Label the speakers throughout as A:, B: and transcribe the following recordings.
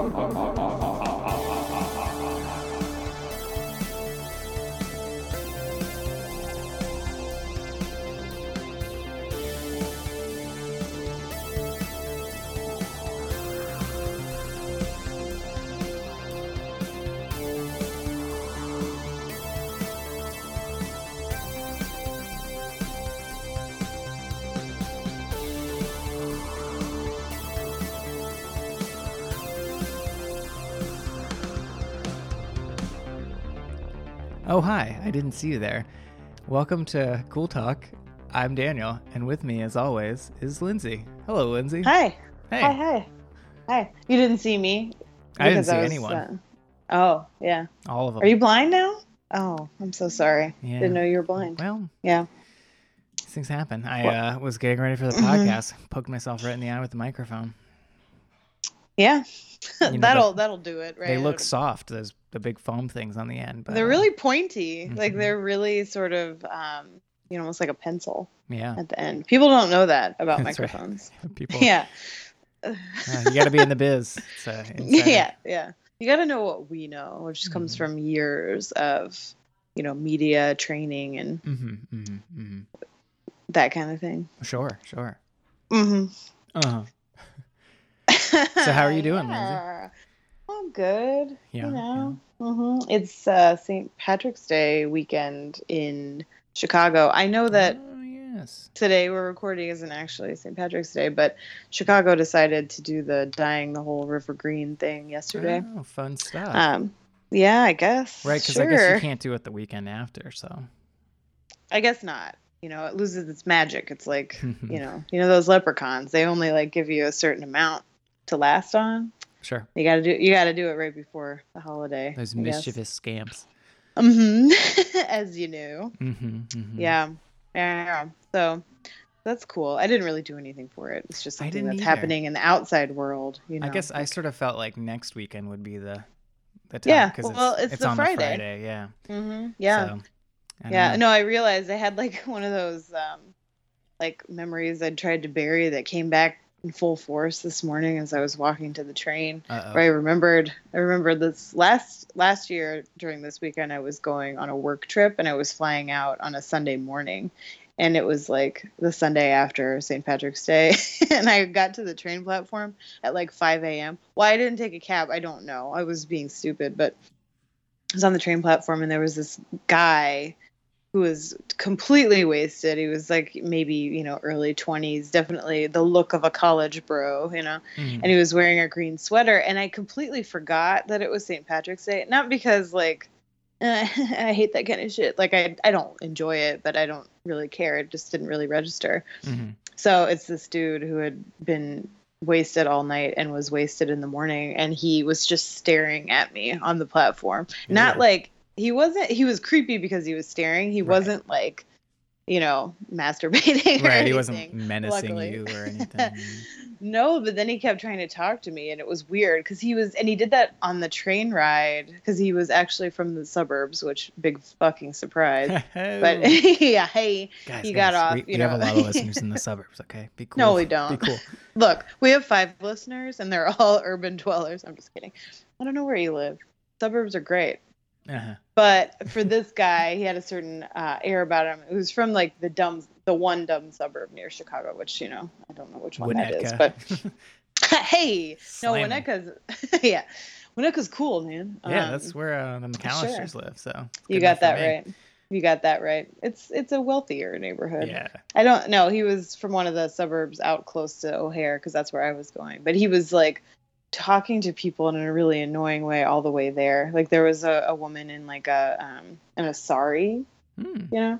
A: Oh, Oh, hi. I didn't see you there. Welcome to Cool Talk. I'm Daniel, and with me, as always, is Lindsay. Hello, Lindsay.
B: Hi.
A: Hey.
B: Hi. Hi. Hi. You didn't see me.
A: I didn't
B: because
A: see
B: was,
A: anyone.
B: uh, oh, yeah.
A: All of them.
B: Are you blind now? Oh, I'm so sorry.
A: Yeah.
B: Didn't know you were blind.
A: Well,
B: Yeah.
A: these things happen. I uh, was getting ready for the
B: Mm-hmm.
A: podcast, poked myself right in the eye with the microphone.
B: Yeah.
A: You know,
B: that'll that'll do it, right?
A: They look
B: That'll-
A: soft. Those the big foam things on the end, but
B: they're
A: uh,
B: really pointy. Like
A: Mhm.
B: they're really sort of um, you know, almost like a pencil
A: yeah.
B: at the end. People don't know that about
A: Oh. That's right.
B: microphones.
A: People,
B: Yeah.
A: uh, you got to be in the biz. It's, uh, insider.
B: yeah yeah you got to know what we know which just comes
A: Mhm.
B: from years of you know media training and
A: Mhm, mhm, mhm.
B: that kind of thing
A: Sure, sure.
B: hmm
A: Uh-huh. So how are you doing, Lindsay?
B: i'm good
A: Yeah.
B: you know hmm it's uh, st patrick's day weekend in chicago i know
A: yeah.
B: that
A: Oh, yes.
B: today we're recording isn't actually st patrick's day but chicago decided to do the dyeing the whole river green thing yesterday
A: Oh, fun stuff.
B: um yeah i guess
A: Right, because
B: sure.
A: I guess you can't do it the weekend after. So
B: I guess not. You know, it loses its magic. It's like, you know, you know those leprechauns. They only like give you a certain amount to last on.
A: sure,
B: You gotta do you gotta do it right before the holiday.
A: those mischievous scamps.
B: hmm As you knew.
A: hmm hmm
B: Yeah. Yeah. So that's cool. I didn't really do anything for it. It's just
A: I
B: something
A: didn't
B: that's
A: either.
B: happening in the outside world. You know.
A: I guess I sort of felt like next weekend would be the the time
B: Yeah,
A: because
B: well,
A: it's,
B: it's
A: it's
B: the
A: on
B: Friday.
A: the Friday. Yeah.
B: hmm Yeah.
A: So, I don't
B: yeah
A: know.
B: no i realized i had like one of those um like memories i tried to bury that came back in full force this morning as i was walking to the train
A: Uh-oh.
B: where i remembered i remembered this last last year during this weekend i was going on a work trip and i was flying out on a sunday morning and it was like the sunday after st patrick's day and i got to the train platform at like 5 a.m why i didn't take a cab i don't know i was being stupid but I was on the train platform and there was this guy who was completely wasted. He was like maybe, you know, early 20s, definitely the look of a college bro, you know.
A: Mhm.
B: And he was wearing a green sweater and I completely forgot that it was St. Patrick's Day. Not because like eh, I hate that kind of shit. Like I I don't enjoy it, but I don't really care. It just didn't really register.
A: Mhm.
B: So it's this dude who had been wasted all night and was wasted in the morning, and he was just staring at me on the platform. Not
A: Yeah.
B: like he wasn't. He was creepy because he was staring. He
A: Right.
B: wasn't like, you know, masturbating. or
A: right. He
B: anything.
A: wasn't menacing
B: luckily.
A: you or anything.
B: No, but then he kept trying to talk to me, and it was weird because he was, and he did that on the train ride because he was actually from the suburbs, which big fucking surprise. but
A: guys,
B: yeah, hey,
A: guys,
B: he got off,
A: We,
B: you
A: we have a
B: know.
A: lot of listeners in the suburbs. Okay, be cool.
B: No, we
A: Be
B: don't.
A: cool.
B: Look, we have five listeners, and they're all urban dwellers. I'm just kidding. I don't know where you live. Suburbs are great,
A: Uh-huh.
B: but for this guy, he had a certain uh, air about him. It was from like the dumb, the one dumb suburb near Chicago, which you know, I don't know which one that is,
A: Winnetka.
B: but hey, no,
A: Slamming.
B: Winnetka's, yeah, Winnetka's cool, man.
A: yeah,
B: Um,
A: that's where uh, the McAllisters live. So it's
B: you
A: good
B: got
A: enough for
B: that
A: me.
B: right. You got that right. It's it's a wealthier neighborhood.
A: Yeah.
B: I don't know. He was from one of the suburbs out close to O'Hare because that's where I was going. But he was like talking to people in a really annoying way all the way there. Like there was a, a woman in like a um in a sari,
A: Hmm.
B: you know,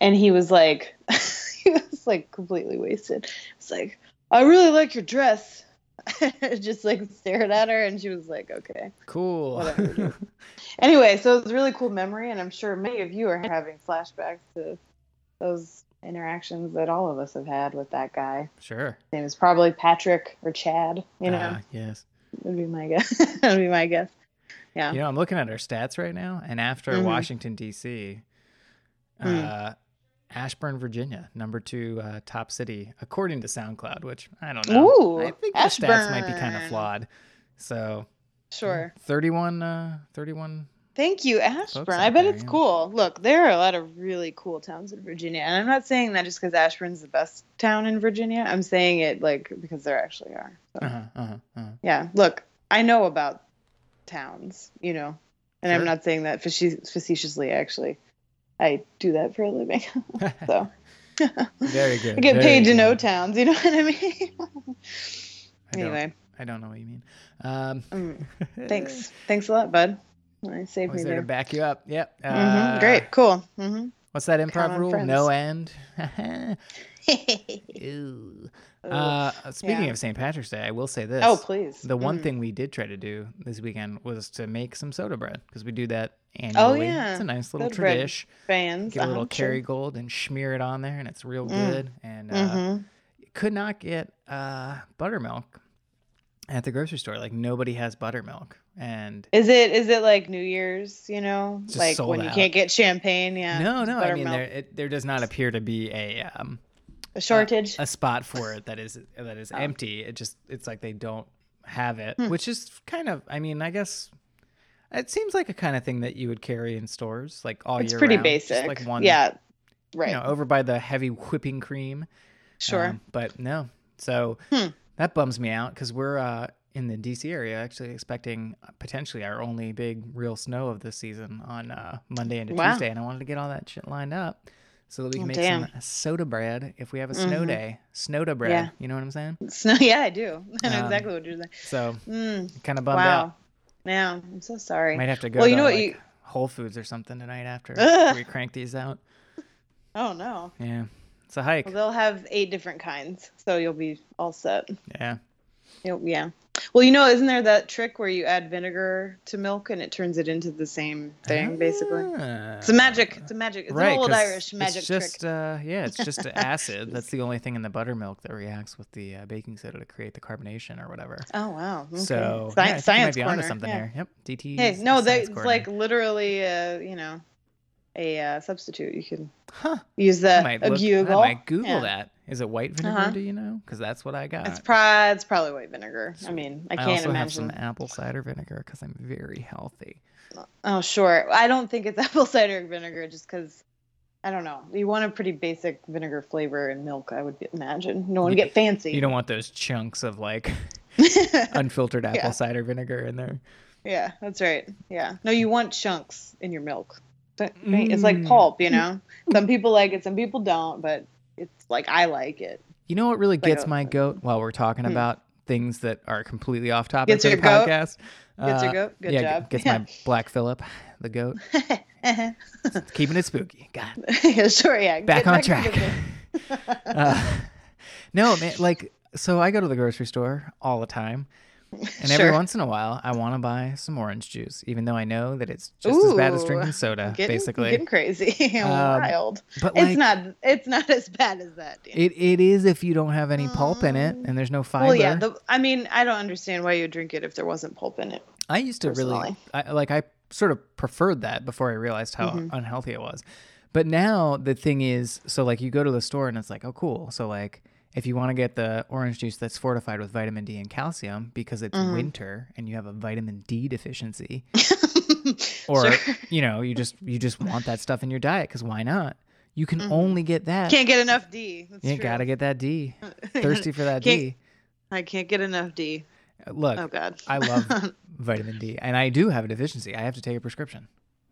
B: and he was like he was like completely wasted. It's like I really like your dress. Just like stared at her, and she was like, "Okay."
A: Cool.
B: Whatever, Anyway, so it was a really cool memory, and I'm sure many of you are having flashbacks to those interactions that all of us have had with that guy.
A: sure.
B: His name is probably Patrick or Chad. You know,
A: Ah, yes.
B: would be my guess. would be my guess. Yeah.
A: You know, I'm looking at our stats right now, and after
B: Mhm.
A: Washington D.C.,
B: Mm.
A: uh, Ashburn, Virginia, number two uh, top city according to SoundCloud, which I don't know.
B: Ooh,
A: I think the stats might be kind of
B: Ashburn.
A: flawed. So
B: Sure.
A: 31, uh, 31.
B: Thank you,
A: Folks
B: Ashburn.
A: out
B: I bet
A: there,
B: it's
A: yeah.
B: cool. Look, there are a lot of really cool towns in Virginia, and I'm not saying that just because Ashburn's the best town in Virginia. I'm saying it like because there actually are. So,
A: Uh-huh, uh-huh, uh-huh.
B: Yeah. Look, I know about towns, you know, and I'm
A: Sure.
B: not saying that faci- facetiously. Actually, I do that for a living, so
A: Very good.
B: I get
A: very
B: paid to know
A: good.
B: towns. You know what I mean?
A: I don't,
B: anyway,
A: I don't know what you mean. Um,
B: mm, thanks. thanks a lot, bud. I saved
A: Was
B: me
A: there
B: there.
A: to back you up? Yep.
B: Mhm,
A: Uh,
B: Great. Cool. hmm
A: What's that improv
B: Common
A: rule?
B: friends.
A: No end. Ew. Uh, speaking
B: yeah.
A: of St. Patrick's Day, I will say this.
B: oh, please.
A: The one
B: Mm.
A: thing we did try to do this weekend was to make some soda bread because we do that
B: Oh,
A: annually.
B: yeah.
A: It's a nice little
B: Soda bread.
A: tradition.
B: fans.
A: Get a little
B: uh-huh, sure.
A: Kerrygold and smear it on there, and it's real
B: Mm.
A: good. And uh,
B: Mhm.
A: could not get uh, buttermilk at the grocery store. Like nobody has buttermilk, and
B: Is it is it like New Year's? You know,
A: Just
B: like
A: sold
B: when you
A: out.
B: can't get champagne. Yeah.
A: no,
B: it's
A: no. I mean,
B: buttermilk.
A: there it, there does not appear to be a um,
B: a shortage.
A: a spot for it that is that
B: Oh.
A: is empty. It just it's like they don't have it,
B: Hmm.
A: which is kind of. I mean, I guess it seems like a kind of thing that you would carry in stores like all
B: it's
A: year.
B: pretty
A: round, just
B: basic.
A: like one,
B: yeah. Right.
A: you know, over by the heavy whipping cream.
B: sure.
A: Um, but no. So
B: Hmm.
A: that bums me out because we're uh, in the DC area actually expecting potentially our only big real snow of this season on uh, Monday into
B: Wow.
A: Tuesday. And I wanted to get all that shit lined up so that we can
B: Oh,
A: make some soda bread if we have a snow
B: Mhm.
A: day. Snowda bread.
B: Yeah.
A: You know what I'm saying?
B: Snow. Yeah, I do. I know
A: Um,
B: exactly what you're saying.
A: So
B: Mm,
A: kind of bummed out.
B: wow. Now I'm so sorry.
A: Might have to go
B: Well, you
A: to
B: know what
A: like,
B: you-
A: Whole Foods or something tonight after
B: Ugh.
A: we crank these out.
B: Oh no.
A: Yeah. It's a hike.
B: Well, they'll have eight different kinds, so you'll be all set.
A: yeah.
B: Yep, yeah. Well, you know, isn't there that trick where you add vinegar to milk and it turns it into the same thing, basically?
A: Ah.
B: It's a magic. It's a magic. It's an old
A: 'cause
B: Irish magic
A: it's just,
B: trick.
A: Uh, yeah, it's just a acid. That's the only thing in the buttermilk that reacts with the uh, baking soda to create the carbonation or whatever.
B: Oh wow. Okay.
A: So
B: Sci-
A: yeah, I think
B: science
A: you might be
B: corner.
A: onto something
B: yeah.
A: there. Yep, DT.
B: Hey, no, that's like literally a you know a uh, substitute. You can
A: huh?
B: use
A: I
B: the
A: might,
B: uh, a
A: look-
B: Google.
A: I might Google
B: Yeah.
A: that. Is it white vinegar?
B: Uh-huh.
A: Do you know? Because that's what I got.
B: It's, pri- it's probably white vinegar. I mean, I
A: I
B: can't
A: also have
B: imagine.
A: some apple cider vinegar because I'm very healthy.
B: Oh, sure. I don't think it's apple cider vinegar just because I don't know. You want a pretty basic vinegar flavor in milk, I would imagine. You don't want to
A: You-
B: get fancy.
A: You don't want those chunks of like unfiltered apple
B: Yeah.
A: cider vinegar in there.
B: yeah, that's right. Yeah. No, you want chunks in your milk. But right? It's
A: Mm.
B: like pulp, you know? Some people like it, some people don't, but it's like I like it.
A: You know what really gets
B: a-
A: my goat while we're talking
B: Hmm.
A: about things that are completely off topic
B: Gets
A: for the
B: your goat?
A: podcast?
B: Gets your
A: Uh,
B: goat? Good
A: yeah, g-
B: job.
A: gets my Black Phillip, the goat. It's keeping it spooky. God,
B: yeah. sure, yeah.
A: back
B: Get
A: on
B: to
A: track.
B: business.
A: uh, no, man, like so I go to the grocery store all the time. And every
B: Sure.
A: once in a while, I want to buy some orange juice, even though I know that it's just as bad as
B: Ooh.
A: drinking soda,
B: Getting,
A: basically.
B: getting crazy.
A: Um,
B: Wild.
A: But like,
B: it's not it's not as bad as that. Dan.
A: It, it is if you don't have any pulp in it and there's no fiber.
B: Um, Well, yeah. The, I mean, I don't understand why you would drink it if there wasn't pulp in it.
A: I used to really
B: personally.
A: I, like I sort of preferred that before I realized how
B: Mm-hmm.
A: unhealthy it was. But now the thing is, so like you go to the store and it's like, oh cool. So like if you want to get the orange juice that's fortified with vitamin D and calcium because it's
B: Mm-hmm.
A: winter and you have a vitamin D deficiency or you know, you just you just want that stuff in your diet cuz why not? You can only get that.
B: Mm-hmm. Can't get enough D. That's
A: you
B: true.
A: got to get that D. Thirsty for that
B: Can't-
A: D.
B: I can't get enough D.
A: Look,
B: Oh God.
A: I love vitamin D and I do have a deficiency. I have to take a prescription.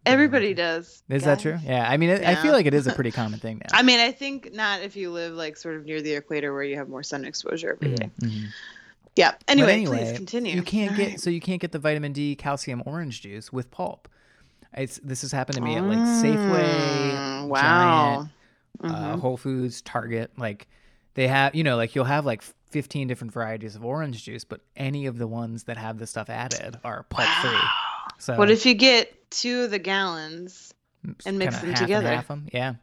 B: Everybody does.
A: Is
B: God.
A: that true? Yeah. I mean, it, I feel
B: Yeah.
A: like it is a pretty common thing now.
B: I mean, I think not if you live like sort of near the equator where you have more sun exposure every day.
A: Mhm.
B: Yeah.
A: But
B: Anyway, please continue.
A: You can't
B: All
A: get
B: right.
A: so you can't get the vitamin D calcium orange juice with pulp. It's this has happened to me at like Safeway,
B: Mm, wow. Mm-hmm.
A: Giant, uh, Whole Foods, Target. Like they have, you know, like you'll have like 15 different varieties of orange juice, but any of the ones that have the stuff added are pulp free. So
B: What if you get two of the gallons?
A: it's
B: and mix
A: kinda
B: them
A: half and
B: together?
A: half 'em. Yeah,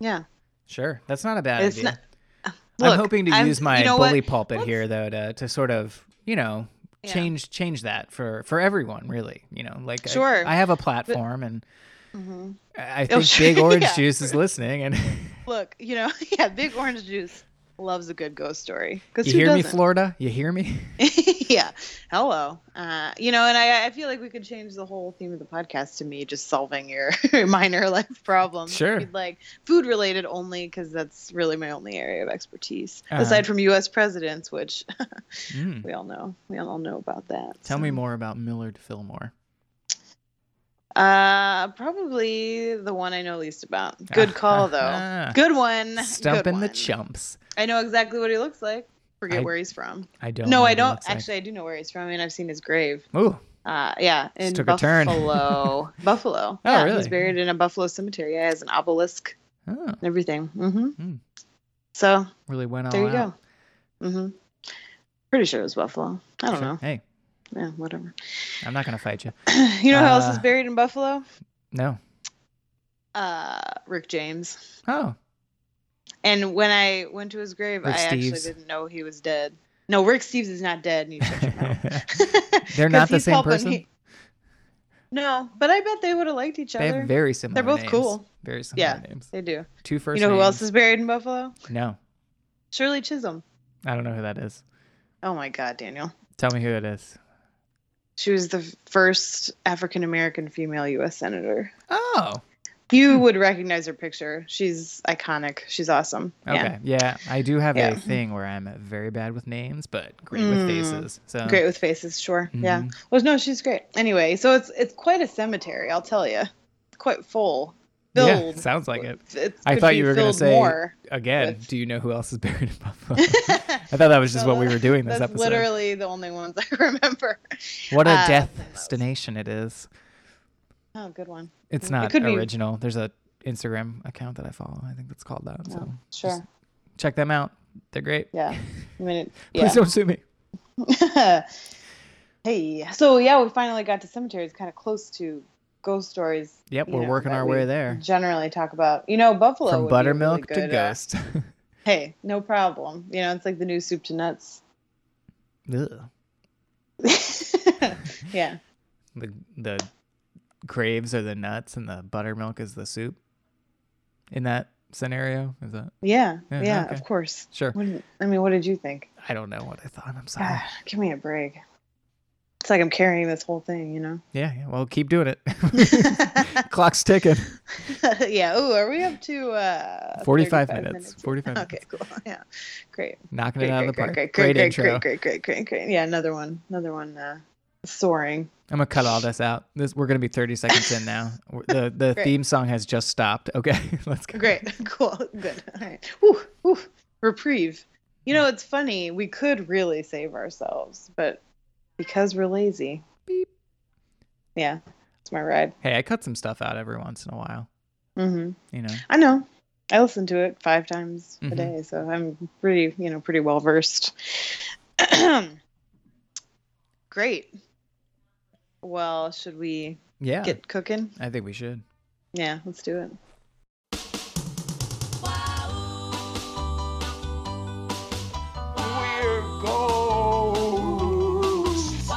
B: Yeah.
A: sure. That's not a bad
B: It's
A: idea.
B: not-
A: I'm
B: Look,
A: hoping to
B: I'm-
A: use my
B: you know what?
A: bully pulpit
B: Let's-
A: here though to to sort of you know
B: Yeah.
A: change change that for for everyone really you know like I-
B: Sure.
A: I, have a platform and
B: Mhm.
A: I I
B: Oh,
A: think
B: sure,
A: Big Orange
B: yeah.
A: Juice is listening and
B: Look, you know, yeah, big orange juice. loves a good ghost story. Because
A: You hear me, Florida? You hear me?
B: yeah. Hello. Uh, you know, and I, I feel like we could change the whole theme of the podcast to me just solving your minor life problems.
A: Sure.
B: We'd like food related only because that's really my only area of expertise,
A: Uh-huh.
B: aside from U.S. presidents, which
A: Mm.
B: we all know. We all know about that.
A: Tell
B: so.
A: me more about Millard Fillmore.
B: Uh, probably the one I know least about. Good call though. Good one. Good
A: Ah, Stumping Uh-huh. the
B: one.
A: chumps.
B: I know exactly what he looks like. Forget
A: I
B: where he's from.
A: I don't. know
B: No,
A: what
B: I
A: he
B: don't.
A: looks like.
B: Actually, I do know where he's from, and I've seen his grave.
A: Ooh,
B: Uh, yeah, in
A: took a turn.
B: Buffalo. Buffalo.
A: Oh,
B: yeah,
A: really?
B: He's buried in a Buffalo cemetery. Yeah, he has an obelisk
A: oh,
B: and everything. hmm
A: Hmm. Oh,
B: So
A: really went all
B: there you
A: out.
B: go. hmm Pretty sure it was Buffalo. I don't
A: Sure.
B: know.
A: Hey,
B: Yeah, whatever.
A: I'm not gonna fight you.
B: you know who else is
A: Uh,
B: buried in Buffalo?
A: No.
B: Uh, Rick James.
A: Oh,
B: And when I went to his grave,
A: Rick
B: I
A: Steves.
B: actually didn't know he was dead. No, Rick Steves is not dead. and You shut your mouth.
A: they're
B: 'Cause
A: not the
B: he's
A: same
B: helping-
A: person.
B: he- No, but I bet they would have liked each
A: they
B: other.
A: have very similar.
B: both
A: names.
B: cool.
A: Very similar
B: Yeah.
A: names.
B: they do.
A: Two first.
B: You know who else
A: names.
B: is buried in Buffalo?
A: No,
B: Shirley Chisholm.
A: I don't know who that is.
B: Oh my God, Daniel.
A: Tell me who it is.
B: She was the first African American female U.S. Senator.
A: Oh,
B: You would recognize her picture. She's iconic. She's awesome. Yeah.
A: okay. Yeah, I do have
B: Yeah.
A: a thing where I'm very bad with names, but great with
B: Mm.
A: faces. So
B: Great with faces, sure. Yeah.
A: Mhm.
B: Well, no, she's great. Anyway, so it's it's quite a cemetery, I'll tell you. Quite full,
A: Yeah,
B: filled.
A: sounds like it.
B: It
A: I
B: could
A: thought
B: be
A: you were gonna
B: filled
A: say
B: more.
A: Again,
B: with-
A: do you know who else is buried in Buffalo? I thought that was just
B: No,
A: what we were doing this
B: That's
A: episode.
B: literally the only ones I remember.
A: what a
B: uh,
A: destination it is.
B: Oh, good one.
A: It's
B: It
A: not
B: could be-
A: original. There's a Instagram account that I follow. I think that's called that. So
B: Sure.
A: just- check them out. They're great.
B: yeah. I mean, it, yeah.
A: Please don't sue me.
B: hey, so yeah, we finally got to cemeteries, kind of close to ghost stories.
A: Yep,
B: you
A: we're
B: know,
A: working
B: that
A: our
B: we
A: way there.
B: Generally, talk about you know Buffalo
A: From
B: would be a really
A: buttermilk
B: good,
A: to
B: uh,
A: ghost.
B: hey, no problem. You know, it's like the new soup to nuts.
A: Ugh.
B: yeah,
A: the the graves are the nuts and the buttermilk is the soup. In that scenario, is that
B: yeah,
A: Yeah,
B: yeah.
A: okay.
B: Of course.
A: sure?
B: Wouldn't- I mean, what did you think?
A: I don't know what I thought. I'm sorry.
B: God, give me a break. It's like I'm carrying this whole thing, you know.
A: Yeah, yeah. Well, keep doing it. Clock's ticking.
B: yeah. Oh, are we up to uh,
A: 45
B: 35
A: minutes. 45
B: Okay,
A: minutes.
B: cool. Yeah, great.
A: Knocking
B: great,
A: it out of the
B: great,
A: park. great
B: great, great, great, great,
A: intro.
B: great, great, great, great, great. Yeah, another one, another one, uh, soaring.
A: I'm gonna cut all this out. This we're gonna be 30 seconds in now. We're- The the
B: Great.
A: theme song has just stopped. Okay, let's go.
B: Great, cool, good. All right, woo, woo, reprieve. You know, it's funny. We could really save ourselves, but because we're lazy.
A: Beep.
B: Yeah, it's my ride.
A: Hey, I cut some stuff out every once in a while.
B: hmm
A: You know.
B: I know. I listen to it five times
A: Mhm.
B: a day, so I'm pretty, you know, pretty well versed. Great. Well, should we
A: Yeah.
B: get cooking?
A: I think we should.
B: Yeah, let's do it.
C: We're ghosts.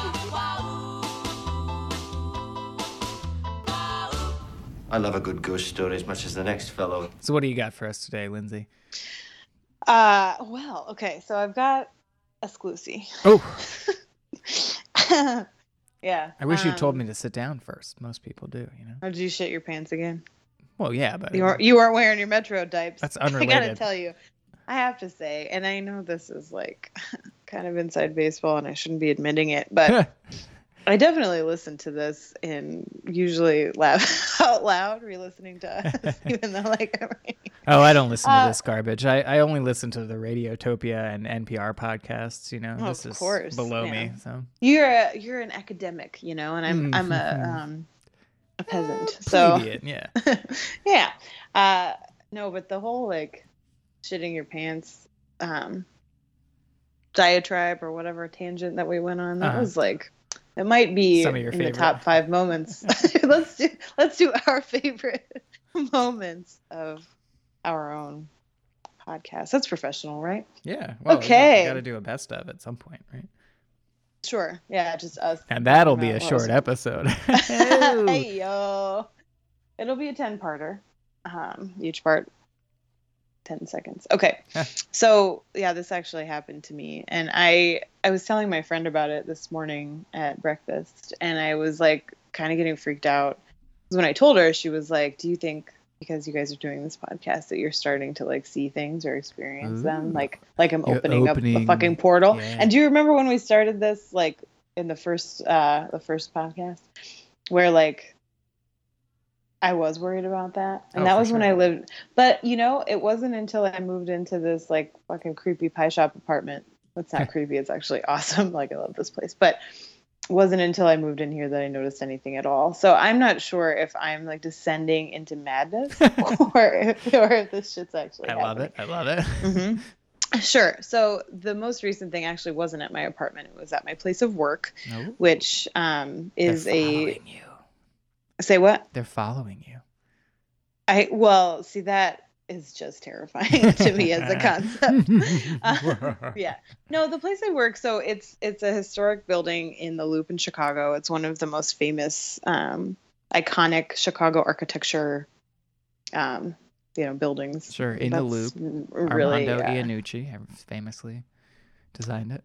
D: I love a good ghost story as much as the next fellow.
A: So what do you got for us today, Lindsay?
B: Uh, well, okay, so I've got a sclusy.
A: Oh,
B: yeah.
A: I wish you told
B: um,
A: me to sit down first. Most people do, you know.
B: Oh, did you shit your pants again?
A: Well, yeah, but
B: You weren't, you weren't wearing your Metro diapers.
A: that's
B: I gotta
A: unrelated.
B: tell you, I have to say, and I know this is like kind of inside baseball, and I shouldn't be admitting it, but I definitely listen to this and usually laugh out loud, re-listening to us, even though like I'm-
A: oh, I don't listen
B: Uh,
A: to this garbage. I, I only listen to the Radiotopia and NPR podcasts. You know,
B: Oh,
A: this
B: of
A: is
B: course,
A: below
B: yeah.
A: me. So
B: you're a, you're an academic, you know, and I'm I'm a
A: Mhm.
B: um a peasant,
A: Uh,
B: so.
A: plebeian, yeah.
B: yeah. Uh, no, but the whole like shitting your pants um, diatribe or whatever tangent that we went on that
A: Uh-huh.
B: was like it might be
A: Some of your
B: in
A: favorite.
B: the top five moments. let's do let's do our favorite moments of our own podcast. That's professional, right?
A: Yeah. Well,
B: Okay.
A: Got to do a best of at some point, right?
B: Sure. Yeah, just us.
A: And that'll be a
B: Uh, Well,
A: short
B: so-
A: episode.
B: hey yo, it'll be a ten parter. Um, each part 10 seconds. Okay. so, yeah, this actually happened to me and I I was telling my friend about it this morning at breakfast and I was like kind of getting freaked out. 'Cause When I told her, she was like, "Do you think because you guys are doing this podcast that you're starting to like see things or experience
A: Ooh.
B: them like like I'm
A: You're
B: opening, up a
A: opening-
B: fucking portal?"
A: yeah.
B: And do you remember when we started this like in the first uh the first podcast where like I was worried about that. And
A: Oh,
B: that
A: for
B: was when
A: sure.
B: I lived but you know, it wasn't until I moved into this like fucking creepy pie shop apartment. It's not creepy, it's actually awesome. Like I love this place. But it wasn't until I moved in here that I noticed anything at all. So I'm not sure if I'm like descending into madness or if, or if this shit's actually
A: I love it. I love it.
B: hmm Sure. So the most recent thing actually wasn't at my apartment. It was at my place of work,
A: No,
B: which um,
A: they're
B: is a
A: following you.
B: say what?
A: They're following you.
B: I well, see that is just terrifying to me as a concept. Uh, yeah. No, the place I work, so it's it's a historic building in the Loop in Chicago. It's one of the most famous um iconic Chicago architecture um you know buildings.
A: Sure. In the loop.
B: That's r- really uh,
A: Armando
B: yeah.
A: Iannucci have famously designed it.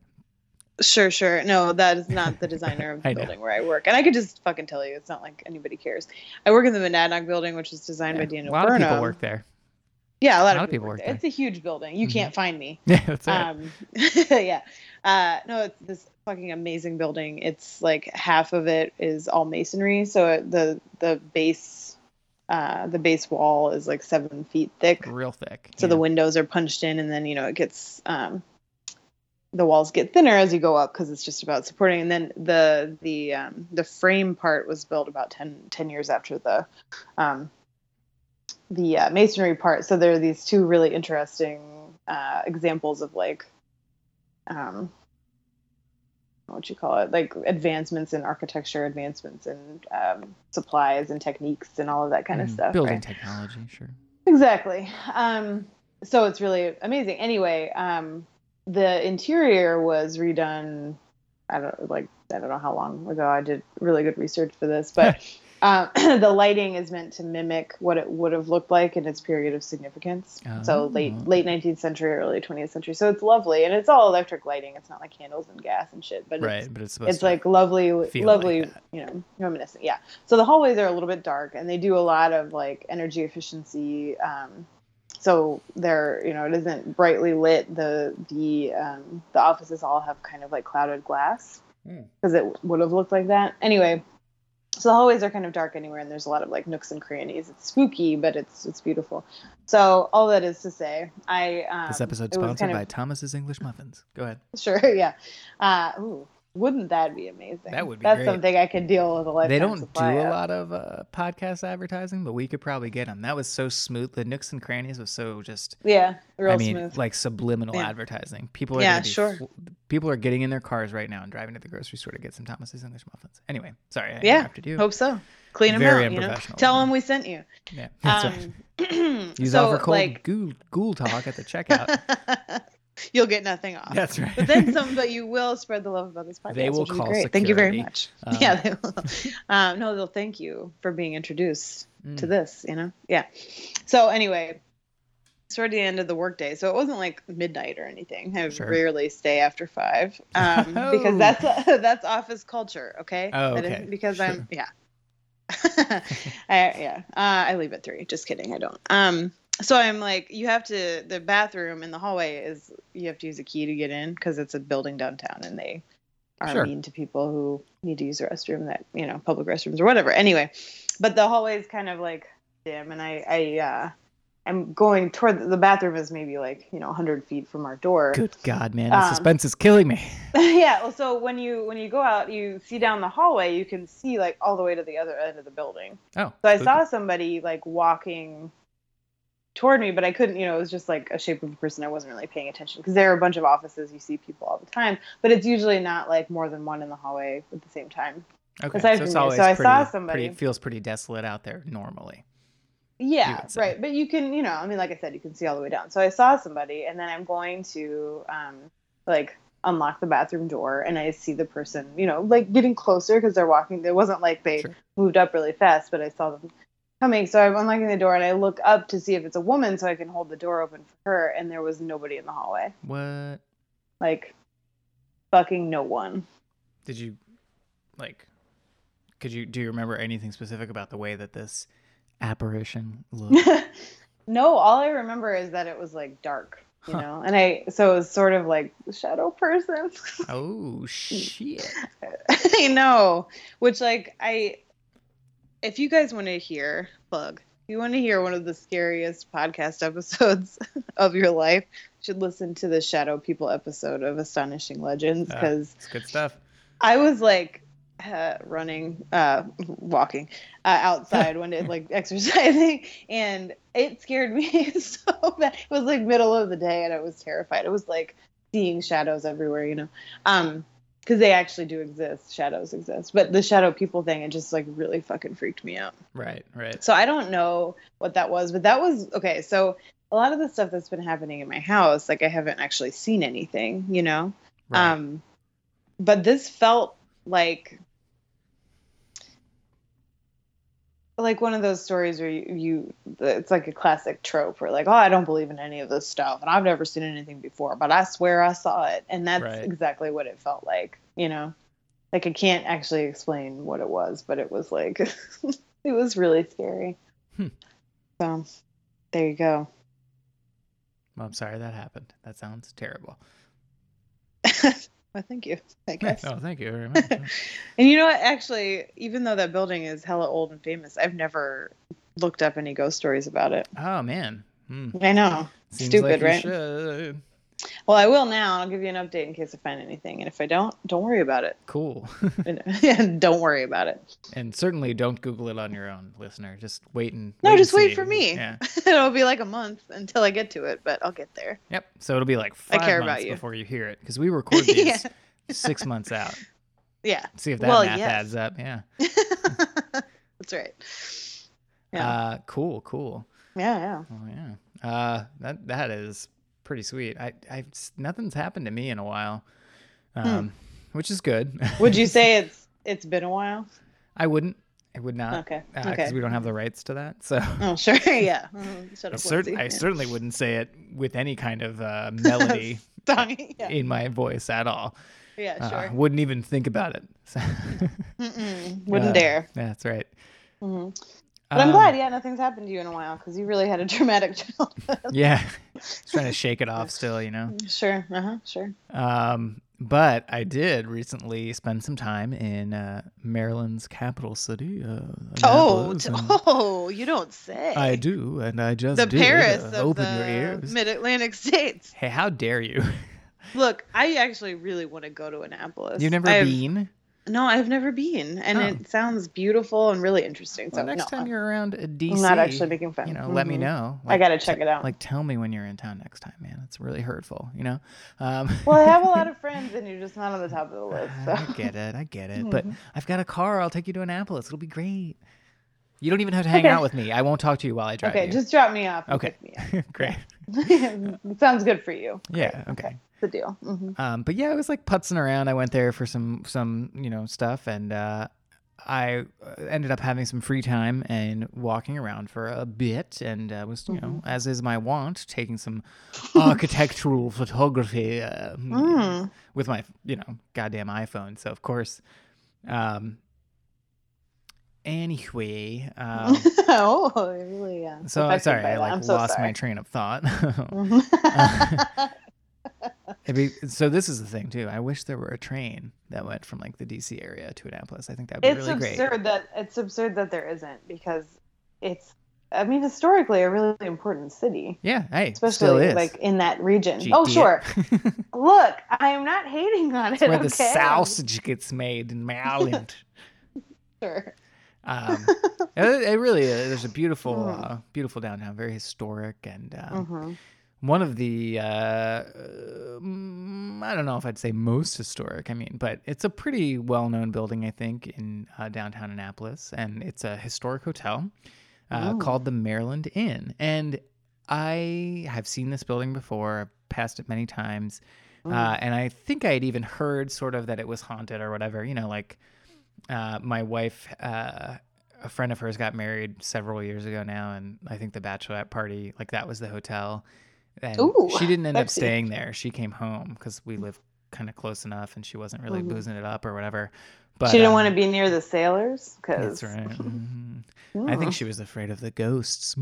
B: Sure, sure. No, that is not the designer of
A: I
B: the
A: know.
B: building where I work. And I could just fucking tell you, it's not like anybody cares. I work in the Monadnock building, which is designed by
A: Yeah,
B: Daniel
A: a lot of
B: Burnham.
A: people work there.
B: Yeah, a lot,
A: a
B: of people, work there. Mm-hmm. It's a huge building. You
A: Mhm.
B: can't find me.
A: Yeah, that's right.
B: Um, yeah. Uh, no, it's this fucking amazing building. It's like half of it is all masonry, so it, the the base uh, the base wall is like seven feet thick.
A: Real thick.
B: So the windows are punched in, and then you know it gets um, the walls get thinner as you go up because it's just about supporting. And then the the um, the frame part was built about 10, 10 years after the um, the uh, masonry part. So there are these two really interesting uh, examples of like um, what you call it like advancements in architecture, advancements in um, supplies and techniques, and all of that kind of stuff.
A: Mm. Building
B: right?
A: technology, sure.
B: Exactly. Um, so it's really amazing. Anyway, um, the interior was redone. I don't like. I don't know how long ago. I did really good research for this, but um, the lighting is meant to mimic what it would have looked like in its period of significance. So late
A: Oh.
B: late nineteenth century, early twentieth century. So it's lovely, and it's all electric lighting. It's not like candles and gas and shit. But it's
A: Right, but it's supposed
B: it's
A: to
B: like lovely
A: feel
B: lovely
A: like that.
B: you know reminiscent yeah so the hallways are a little bit dark and they do a lot of like energy efficiency um so they're you know it isn't brightly lit the the um the offices all have kind of like clouded glass
A: Hmm.
B: because it would have looked like that anyway so the hallways are kind of dark anywhere and there's a lot of like nooks and crannies it's spooky but it's it's beautiful so all that is to say i um,
A: This episode
B: it was
A: sponsored
B: kind of-
A: by Thomas's English Muffins. Go ahead.
B: Sure, yeah. Uh, ooh, wouldn't that be amazing?
A: That would be
B: That's
A: great.
B: something I could deal with a lifetime
A: They don't do
B: supply
A: a
B: of.
A: lot of uh, podcast advertising, but we could probably get them. That was so smooth. The nooks and crannies was so just.
B: Yeah, real
A: I mean,
B: smooth.
A: like subliminal
B: Yeah.
A: advertising. People are
B: Yeah,
A: gonna be
B: sure.
A: fl- people are getting in their cars right now and driving to the grocery store to get some Thomas's English muffins. Anyway, sorry, I
B: Yeah,
A: interrupted you.
B: Hope so. Clean them
A: Very
B: out. You know?
A: unprofessional.
B: Tell them we sent you.
A: Yeah, that's right.
B: right.
A: Use
B: um, so,
A: offer code
B: like,
A: ghoul, ghoul talk at the checkout.
B: you'll get nothing off.
A: that's right.
B: But then some, but you will spread the love about this podcast.
A: They will
B: which is
A: call
B: great. Thank you very
A: security.
B: much.
A: Um,
B: yeah, they will. um, no, they'll thank you for being introduced. to
A: mm,
B: this, you know? Yeah. So anyway, it's already the end of the workday. So it wasn't like midnight or anything. I
A: Sure.
B: rarely stay after five um,
A: Oh.
B: because that's that's office culture. Okay.
A: Oh,
B: That isn't
A: okay.
B: because
A: Sure.
B: I'm yeah. I, yeah. Uh, I leave at three. Just kidding. I don't. Um. So I'm like, you have to the bathroom in the hallway is you have to use a key to get in because it's a building downtown and they are
A: Sure.
B: mean to people who need to use the restroom that you know public restrooms or whatever. Anyway, but the hallway is kind of like dim, and I I uh, I'm going toward the bathroom is maybe like you know 100 feet from our door.
A: Good God, man, the
B: Um,
A: suspense is killing me.
B: yeah. Well, so when you when you go out, you see down the hallway, you can see like all the way to the other end of the building.
A: Oh,
B: So I
A: spooky.
B: saw somebody like walking toward me, but I couldn't, you know, it was just like a shape of a person. I wasn't really paying attention because there are a bunch of offices you see people all the time, but it's usually not like more than one in the hallway at the same time.
A: Okay,
B: aside
A: so
B: from
A: it's
B: you,
A: always
B: so I
A: pretty,
B: saw somebody-
A: pretty- feels pretty desolate out there normally. You
B: Yeah,
A: would say.
B: right. But you can, you know, I mean, like I said, you can see all the way down. So I saw somebody, and then I'm going to, um, like, unlock the bathroom door, and I see the person, you know, like getting closer because they're walking. It wasn't like they
A: Sure.
B: moved up really fast, but I saw them coming. So I'm unlocking the door and I look up to see if it's a woman so I can hold the door open for her. And there was nobody in the hallway.
A: What
B: Like, fucking no one.
A: did you like? Could you do you remember anything specific about the way that this apparition looked?
B: no, all I remember is that it was like dark, you
A: Huh.
B: know? And I, so it was sort of like shadow person.
A: oh shit!
B: I know. Which like I if you guys want to hear plug, if you want to hear one of the scariest podcast episodes of your life, you should listen to the Shadow People episode of Astonishing Legends
A: Ah.
B: because
A: It's good stuff.
B: I was like uh, running, uh, walking uh, outside one day, like exercising, and it scared me so bad. It was like middle of the day, and I was terrified. It was like seeing shadows everywhere, you know, um, because they actually do exist. Shadows exist, but the shadow people thing, it just like really fucking freaked me out.
A: Right, right.
B: So I don't know what that was, but that was okay. So a lot of the stuff that's been happening in my house, like I haven't actually seen anything, you know.
A: right.
B: Um, but this felt like like one of those stories where you, you it's like a classic trope where like oh i don't believe in any of this stuff and i've never seen anything before but i swear i saw it and that's
A: Right.
B: exactly what it felt like you know like i can't actually explain what it was but it was like it was really scary
A: Hmm.
B: so there you go
A: Well, I'm sorry that happened. That sounds terrible.
B: well thank you i
A: No,
B: guess
A: Oh, thank you very much.
B: And you know what? Actually, even though that building is hella old and famous, I've never looked up any ghost stories about it.
A: Oh man. Hmm.
B: I know. Stupid,
A: you
B: right?
A: should.
B: Well, I will now. I'll give you an update in case I find anything. And if I don't, don't worry about it.
A: Cool.
B: And don't worry about it.
A: and certainly don't Google it on your own, listener. Just wait and
B: No,
A: and
B: just wait
A: see.
B: for me.
A: Yeah.
B: It'll be like a month until I get to it, but I'll get there.
A: Yep. So it'll be like
B: I
A: five
B: care
A: months
B: about you.
A: before you hear it because we record these
B: Yeah.
A: six months out.
B: Yeah.
A: See if that
B: Well,
A: math
B: yes.
A: adds up. Yeah.
B: That's right. Yeah.
A: Uh, cool. Cool.
B: yeah, yeah.
A: Oh yeah. Uh, that that is pretty sweet. I I nothing's happened to me in a while, um, which is good.
B: Hmm. Would you say it's it's been a while?
A: I wouldn't. I would not.
B: Okay.
A: Because
B: okay.
A: we don't have the rights to that. So
B: Oh, sure. yeah. Mhm. Shut
A: I,
B: up.
A: cer-
B: Lindsay.
A: I certainly wouldn't say it with any kind of uh, melody
B: Donnie, Yeah.
A: in my voice at all.
B: Yeah,
A: Uh,
B: sure.
A: wouldn't even think about it. So-
B: Mm-mm. Wouldn't
A: Uh,
B: dare.
A: That's right.
B: hmm But I'm
A: Um,
B: glad, yeah, nothing's happened to you in a while because you really had a dramatic childhood.
A: Yeah. Just trying to shake it off still, you know?
B: sure, uh huh, sure.
A: Um, but I did recently spend some time in uh, Maryland's capital city. Uh,
B: Oh,
A: Annapolis,
B: t-
A: and
B: oh, you don't say.
A: I do, and I just
B: the
A: did.
B: Paris
A: Uh,
B: of
A: open your
B: the
A: ears.
B: Mid-Atlantic states.
A: hey, how dare you?
B: Look, I actually really want to go to Annapolis.
A: You've never
B: I've-
A: been.
B: No, I've never been, and
A: Oh.
B: it sounds beautiful and really interesting. So
A: Well, next
B: no,
A: time you're around uh, DC,
B: I'm not actually making fun.
A: you know, let me
B: Mhm.
A: know.
B: I gotta check
A: t-
B: it out.
A: Like, tell me when you're in town next time, man. It's really hurtful, you know. Um,
B: Well, I have a lot of friends, and you're just not on the top of the list. So. Mm-hmm.
A: I get it. I get it. But I've got a car. I'll take you to Annapolis. It'll be great. You don't even have to hang
B: Okay.
A: out with me. I won't talk to you while I drive.
B: Okay,
A: you.
B: just drop me off. and
A: okay.
B: pick me
A: great.
B: up. sounds good for you.
A: Yeah. Okay.
B: The deal. hmm
A: Um, but yeah, I was like putzing around. I went there for some some you know stuff, and uh, I uh, ended up having some free time and walking around for a bit, and uh, was you
B: Mm-hmm.
A: know as is my wont, taking some architectural photography uh,
B: Mm.
A: with my you know goddamn iPhone. So of course, um, anyway. Um,
B: oh, I really? Yeah.
A: So I'm
B: affected
A: sorry,
B: by
A: I
B: that.
A: like
B: I'm so
A: lost my
B: sorry.
A: train of thought.
B: Mhm.
A: It'd be- so this is the thing too. I wish there were a train that went from like the DC area to Annapolis. I think that'd be
B: it's
A: really
B: absurd
A: great.
B: that it's absurd that there isn't because it's. I mean, historically, a really important city,
A: Yeah, hey, still
B: especially
A: is.
B: like in that region.
A: Gee,
B: oh,
A: dear.
B: sure. Look, I am not hating on it.
A: where the
B: okay?
A: sausage gets made in Maryland.
B: Sure.
A: um, it, it really is. There's a beautiful,
B: Mhm.
A: uh, beautiful downtown, very historic, and um,
B: Mhm.
A: one of the uh, mm, I don't know if I'd say most historic. I mean, but it's a pretty well-known building, I think, in uh, downtown Annapolis, and it's a historic hotel uh,
B: Ooh.
A: called the Maryland Inn. And I have seen this building before. I've passed it many times, uh, and I think I had even heard sort of that it was haunted or whatever. You know, like uh, my wife uh, a friend of hers got married several years ago now, and I think the bachelorette party, like that was the hotel. And
B: Ooh,
A: she didn't end up
B: that's-
A: staying there. She came home because we lived kind of close enough, and she wasn't really
B: Mhm.
A: boozing it up or whatever. But
B: she didn't
A: um,
B: want to be near the sailors mm. because
A: That's right. Mhm. I think she was afraid of the ghosts.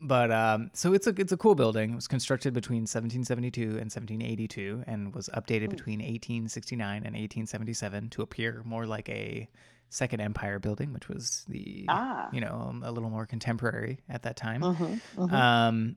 A: But um, so it's a it's a cool building. It was constructed between 1772 and 1782, and was
B: Hmm.
A: updated between 1869 and 1877 to appear more like a Second Empire building, which was the
B: ah.
A: you know um, a little more contemporary at that time.
B: Mhm, mhm.
A: Um,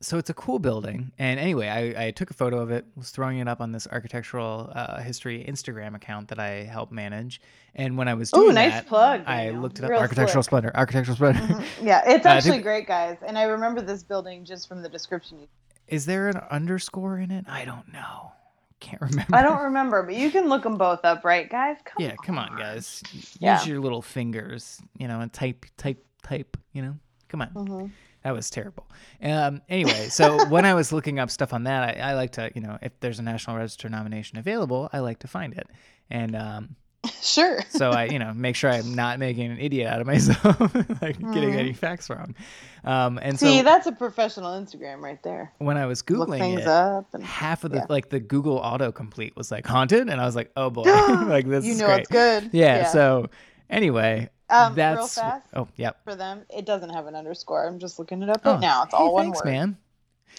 A: so it's a cool building. And anyway, I, I took a photo of it, was throwing it up on this architectural uh, history Instagram account that I help manage. And when I was doing
B: Ooh, nice
A: that,
B: plug,
A: I
B: Daniel.
A: looked it up.
B: Real
A: architectural
B: slick.
A: splendor. Architectural splendor.
B: Mhm. Yeah, it's
A: Uh, I
B: actually
A: think-
B: great, guys. And I remember this building just from the description.
A: Is there an underscore in it? I don't know. Can't remember.
B: I don't remember, but you can look them both up, right, guys? Come
A: yeah, come on, guys. Use
B: Yeah.
A: your little fingers, you know, and type, type, type. You know, come on.
B: Mhm.
A: That was terrible. Um, anyway, so when I was looking up stuff on that, I, I like to, you know, if there's a National Register nomination available, I like to find it. And um,
B: Sure.
A: so I, you know, make sure I'm not making an idiot out of myself, like getting
B: Mhm.
A: any facts wrong. Um, and
B: See,
A: so
B: that's a professional Instagram right there.
A: when I was
B: Look
A: googling
B: things
A: it,
B: up and
A: half of the
B: yeah.
A: like the Google autocomplete was like haunted, and I was like, oh boy, like this
B: you
A: is
B: know
A: great.
B: it's good.
A: Yeah, So anyway,
B: um,
A: that's
B: real fast
A: oh yeah.
B: for them. It doesn't have an underscore. I'm just looking it up
A: Oh,
B: right now. It's all
A: hey,
B: one
A: thanks,
B: word.
A: man.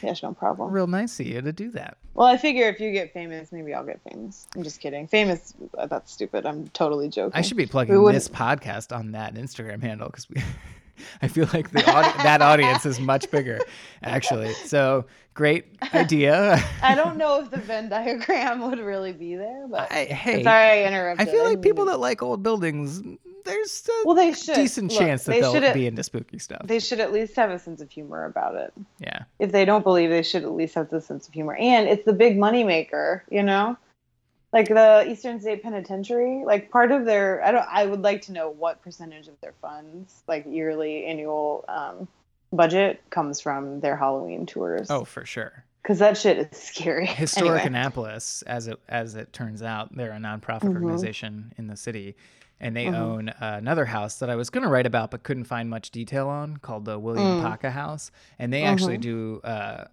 B: Yes, no problem.
A: Real nice of you to do that.
B: Well, I figure if you get famous, maybe I'll get famous. I'm just kidding. Famous, uh, that's stupid. I'm totally joking.
A: I should be plugging
B: wouldn't-
A: this podcast on that Instagram handle because I feel like the audi- that audience is much bigger, actually. So great idea.
B: I don't know if the Venn diagram would really be there, but
A: I, hey,
B: sorry I interrupted.
A: I feel like
B: didn't
A: people
B: mean-
A: that like old buildings, there's a
B: well, they should
A: decent
B: Look,
A: chance that
B: they
A: they'll
B: should at-
A: be into spooky stuff.
B: They should at least have a sense of humor about it.
A: yeah,
B: If they don't believe, they should at least have the sense of humor. And it's the big moneymaker, you know. Like the Eastern State Penitentiary, like part of their, I don't, I would like to know what percentage of their funds, like yearly, annual um, budget, comes from their Halloween tours.
A: oh for sure.
B: because that shit is scary.
A: Historic
B: Anyway.
A: Annapolis, as it as it turns out, they're a nonprofit
B: Mhm.
A: organization in the city, and they
B: Mhm.
A: own uh, another house that I was going to write about but couldn't find much detail on, called the William
B: Mm.
A: Paca House, and they actually
B: Mhm.
A: do uh,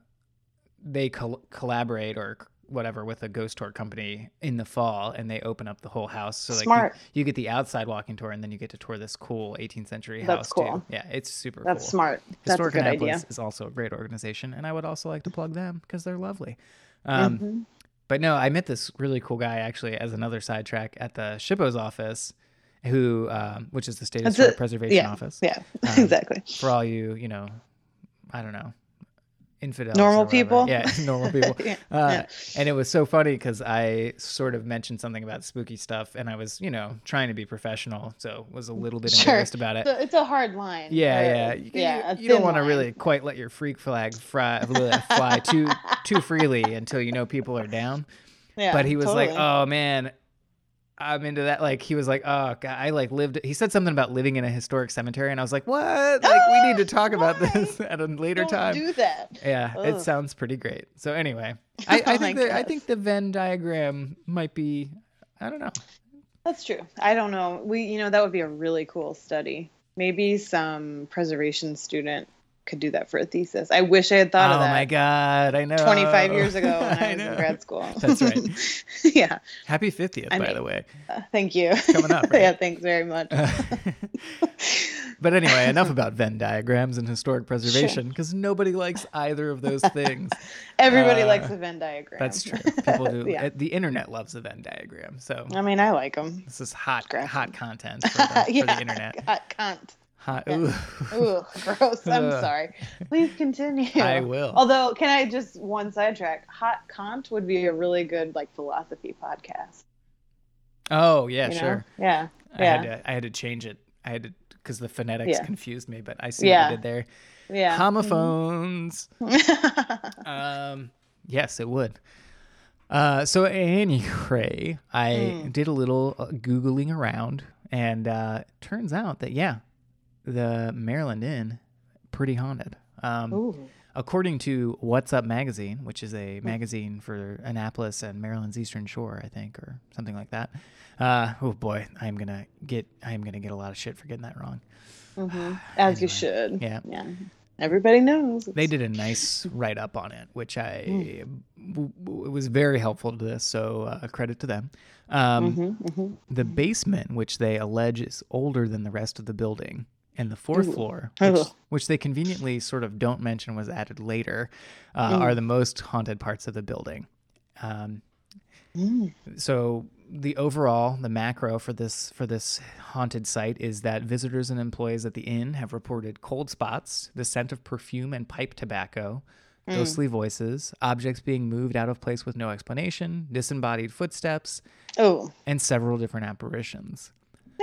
A: they col- collaborate or c- whatever with a ghost tour company in the fall, and they open up the whole house. So like
B: Smart.
A: You, you get the outside walking tour, and then you get to tour this cool 18th century
B: That's
A: house too.
B: cool.
A: Yeah, it's super.
B: That's
A: cool.
B: smart. That's a
A: Historic
B: good
A: Annapolis
B: idea.
A: is also a great organization, and I would also like to plug them because they're lovely. Um,
B: Mhm.
A: But no, I met this really cool guy actually as another sidetrack at the Shippo's office, who, um, which is the state
B: That's
A: historic
B: it.
A: preservation
B: Yeah,
A: office.
B: yeah,
A: Um,
B: exactly.
A: For all you, you know, I don't know, infidels, or
B: Normal
A: whatever.
B: people.
A: Yeah, normal people.
B: Yeah,
A: Uh, And it was so funny because I sort of mentioned something about spooky stuff, and I was, you know, trying to be professional, so was a little bit
B: Sure.
A: embarrassed about it.
B: So it's a hard line.
A: Yeah,
B: or-
A: yeah. You,
B: yeah.
A: you-
B: a
A: you don't
B: thin
A: want to
B: line.
A: really quite let your freak flag fry, fly too too freely until you know people are down.
B: Yeah,
A: but he was like,
B: totally.
A: "Oh man, I'm into that." Like he was like, "Oh God, I like lived." He said something about living in a historic cemetery, and I was like, "What? Like we need to talk about
B: Why?
A: this at a later
B: don't
A: time."
B: do that."
A: yeah, it
B: Ugh.
A: sounds pretty great. So anyway, I,
B: Oh
A: I
B: my
A: think the, I
B: gosh.
A: think the Venn diagram might be, I don't know.
B: That's true. I don't know. We, you know, that would be a really cool study. Maybe some preservation student could do that for a thesis. I wish I had thought
A: oh
B: of that.
A: my God, I know.
B: 25 years ago when I,
A: I
B: was in
A: know.
B: grad school.
A: That's right.
B: yeah.
A: Happy fiftieth,
B: I
A: by
B: mean-
A: the way.
B: Uh, thank you.
A: Coming up,
B: yeah.
A: right?
B: Thanks very much.
A: but anyway, enough about Venn diagrams and historic preservation because nobody likes either of those things.
B: Everybody
A: uh,
B: likes the Venn diagram.
A: That's true. People do.
B: Yeah. Oh,
A: uh, The internet loves a Venn diagram, so
B: I mean, I like them.
A: this is hot,
B: Graphic.
A: hot content for the, for the internet.
B: I can't.
A: Hot.
B: Yeah.
A: ooh.
B: Ooh, gross. I'm
A: Ugh.
B: sorry. Please continue.
A: I will.
B: Although, can I just one sidetrack? Hot Kant would be a really good like philosophy podcast.
A: Oh yeah,
B: you know?
A: sure.
B: Yeah.
A: I had
B: Yeah.
A: to. I had to change it. I had to because the phonetics
B: Yeah.
A: confused me, but I see
B: Yeah.
A: what I did there.
B: Yeah.
A: Homophones. Um, yes, it would. Uh, so anyway, I
B: Mm.
A: did a little uh, googling around, and uh, turns out that yeah, the Maryland Inn, pretty haunted. Um,
B: Ooh.
A: according to What's Up Magazine, which is a magazine for Annapolis and Maryland's Eastern Shore, I think, or something like that. Uh, oh boy, I'm gonna get I'm gonna get a lot of shit for getting that wrong.
B: hmm As
A: Anyway,
B: you should.
A: yeah.
B: Yeah. Everybody knows.
A: They
B: It's-
A: did a nice write up on it, which I w- w- it was very helpful to this. So uh, credit to them.
B: Mm-hmm.
A: Um, The basement, which they allege is older than the rest of the building, and the fourth floor, which,
B: Ugh.
A: which they conveniently sort of don't mention was added later, uh, are the most haunted parts of the building. Um, So the overall, the macro for this for this haunted site is that visitors and employees at the inn have reported cold spots, the scent of perfume and pipe tobacco, ghostly voices, objects being moved out of place with no explanation, disembodied footsteps,
B: Oh.
A: and several different apparitions.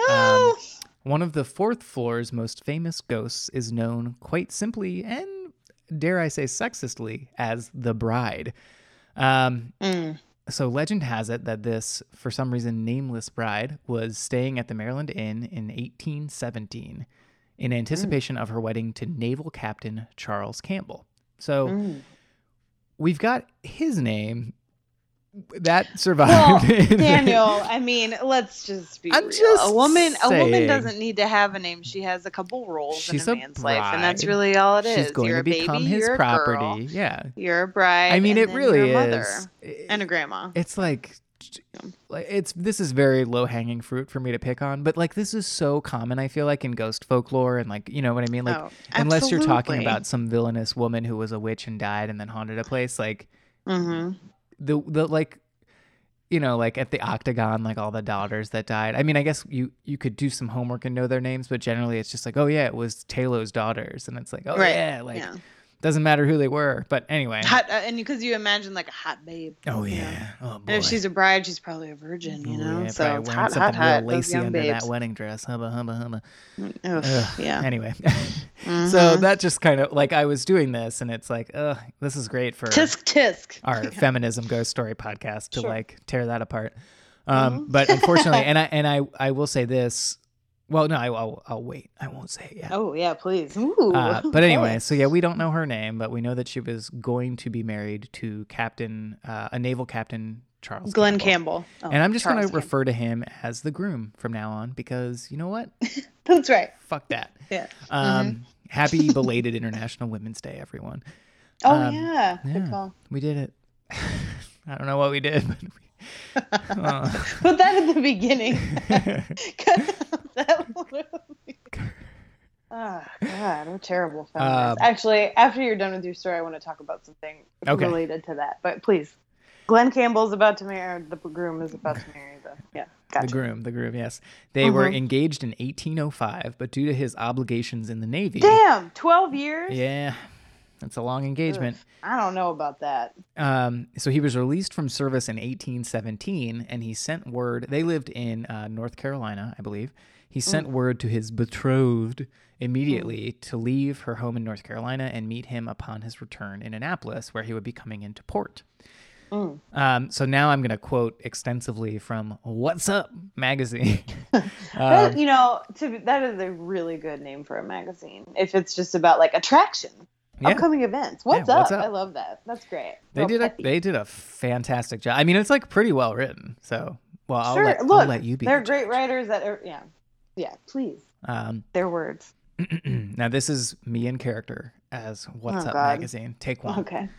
B: No.
A: One of the fourth floor's most famous ghosts is known quite simply and, dare I say, sexistly as the bride. Um,
B: Mm.
A: So, legend has it that this, for some reason, nameless bride was staying at the Maryland Inn in 1817
B: Hmm.
A: in anticipation of her wedding to naval captain Charles Campbell. So,
B: Hmm.
A: we've got his name that
B: Well,
A: survived. in the-
B: Daniel, I mean, let's just be
A: I'm
B: real.
A: just
B: a woman a
A: saying.
B: woman doesn't need to have a name. She has a couple roles
A: She's
B: in
A: a
B: a man's life, and that's
A: bride.
B: really all it
A: She's
B: is.
A: going
B: you're
A: to
B: a baby,
A: become his
B: you're a
A: property.
B: girl,
A: Yeah.
B: you're a bride.
A: I mean,
B: and
A: it
B: then
A: really
B: you're a mother
A: is.
B: And a grandma.
A: it's like like it's this is very low hanging fruit for me to pick on, but like this is so common. I feel like in ghost folklore and like you know what I mean. Like
B: Oh,
A: unless you're talking
B: absolutely.
A: about some villainous woman who was a witch and died and then haunted a place, like
B: Mm-hmm.
A: the the like you know like at the octagon like all the daughters that died i mean i guess you you could do some homework and know their names but generally it's just like oh yeah it was taylor's daughters and it's like oh
B: Right,
A: yeah like
B: yeah.
A: doesn't matter who they were but anyway
B: Hot, uh, and because you imagine like a hot babe.
A: oh
B: you know?
A: yeah oh boy
B: And if she's a bride, she's probably a virgin, you
A: Ooh,
B: know.
A: yeah,
B: so
A: probably
B: it's
A: wearing
B: hot, hot,
A: something real
B: hot. Those
A: lacy
B: young
A: under
B: babes.
A: that wedding dress. Hubba hubba hubba.
B: Ugh,
A: Ugh.
B: yeah.
A: Anyway, so
B: Mhm.
A: that just kind of like I was doing this, and it's like, ugh, this is great for
B: tisk tisk.
A: our feminism ghost story podcast to
B: Sure. Oh.
A: like tear that apart. Um, But unfortunately, and I and I I will say this. Well, no, I, I'll I'll wait. I won't say it yet.
B: Oh yeah, please. Ooh.
A: Uh, but anyway, so yeah, we don't know her name, but we know that she was going to be married to Captain, uh, a naval captain Charles
B: Glenn
A: Campbell.
B: Campbell. Oh,
A: And I'm just going
B: Charles
A: to refer to him as the groom from now on because you know what?
B: Campbell. That's right.
A: Fuck that.
B: Yeah.
A: Um,
B: Mm-hmm.
A: Happy belated International Women's Day, everyone.
B: Oh
A: Um,
B: yeah.
A: yeah.
B: Good call.
A: We did it. I don't know what we did, but we. Uh,
B: Put that at the beginning. that would Oh God, we're terrible feminists.
A: Um,
B: Actually, after you're done with your story, I want to talk about something
A: Okay.
B: related to that. But please, Glenn Campbell's about to marry. The groom is about to marry. The yeah,
A: the
B: gotcha. Mm-hmm.
A: groom, the groom, yes. They were engaged in 1805, but due to his obligations in the Navy.
B: Damn, twelve years.
A: Yeah, that's a long engagement.
B: I don't know about that.
A: Um, so he was released from service in 1817, and he sent word. They lived in uh, North Carolina, I believe. He sent
B: Mm.
A: word to his betrothed immediately to leave her home in North Carolina and meet him upon his return in Annapolis, where he would be coming into port.
B: Mm.
A: Um, so now I'm going to quote extensively from What's Up magazine. Um,
B: That- you know, to, that is a really good name for a magazine. If it's just about like attraction,
A: Yeah.
B: upcoming events. What's,
A: Yeah,
B: up?
A: what's up?
B: I love that. That's great.
A: they
B: Real
A: did a
B: peppy.
A: they did a fantastic job. I mean, it's like pretty well written. So well, I'll,
B: sure.
A: let, I'll
B: Look,
A: let you be.
B: they're
A: the
B: great writers. That are, yeah, yeah. Please,
A: judge. Um,
B: their words.
A: now this is me in character as What's
B: Oh,
A: Up
B: God.
A: magazine. Take one.
B: Okay.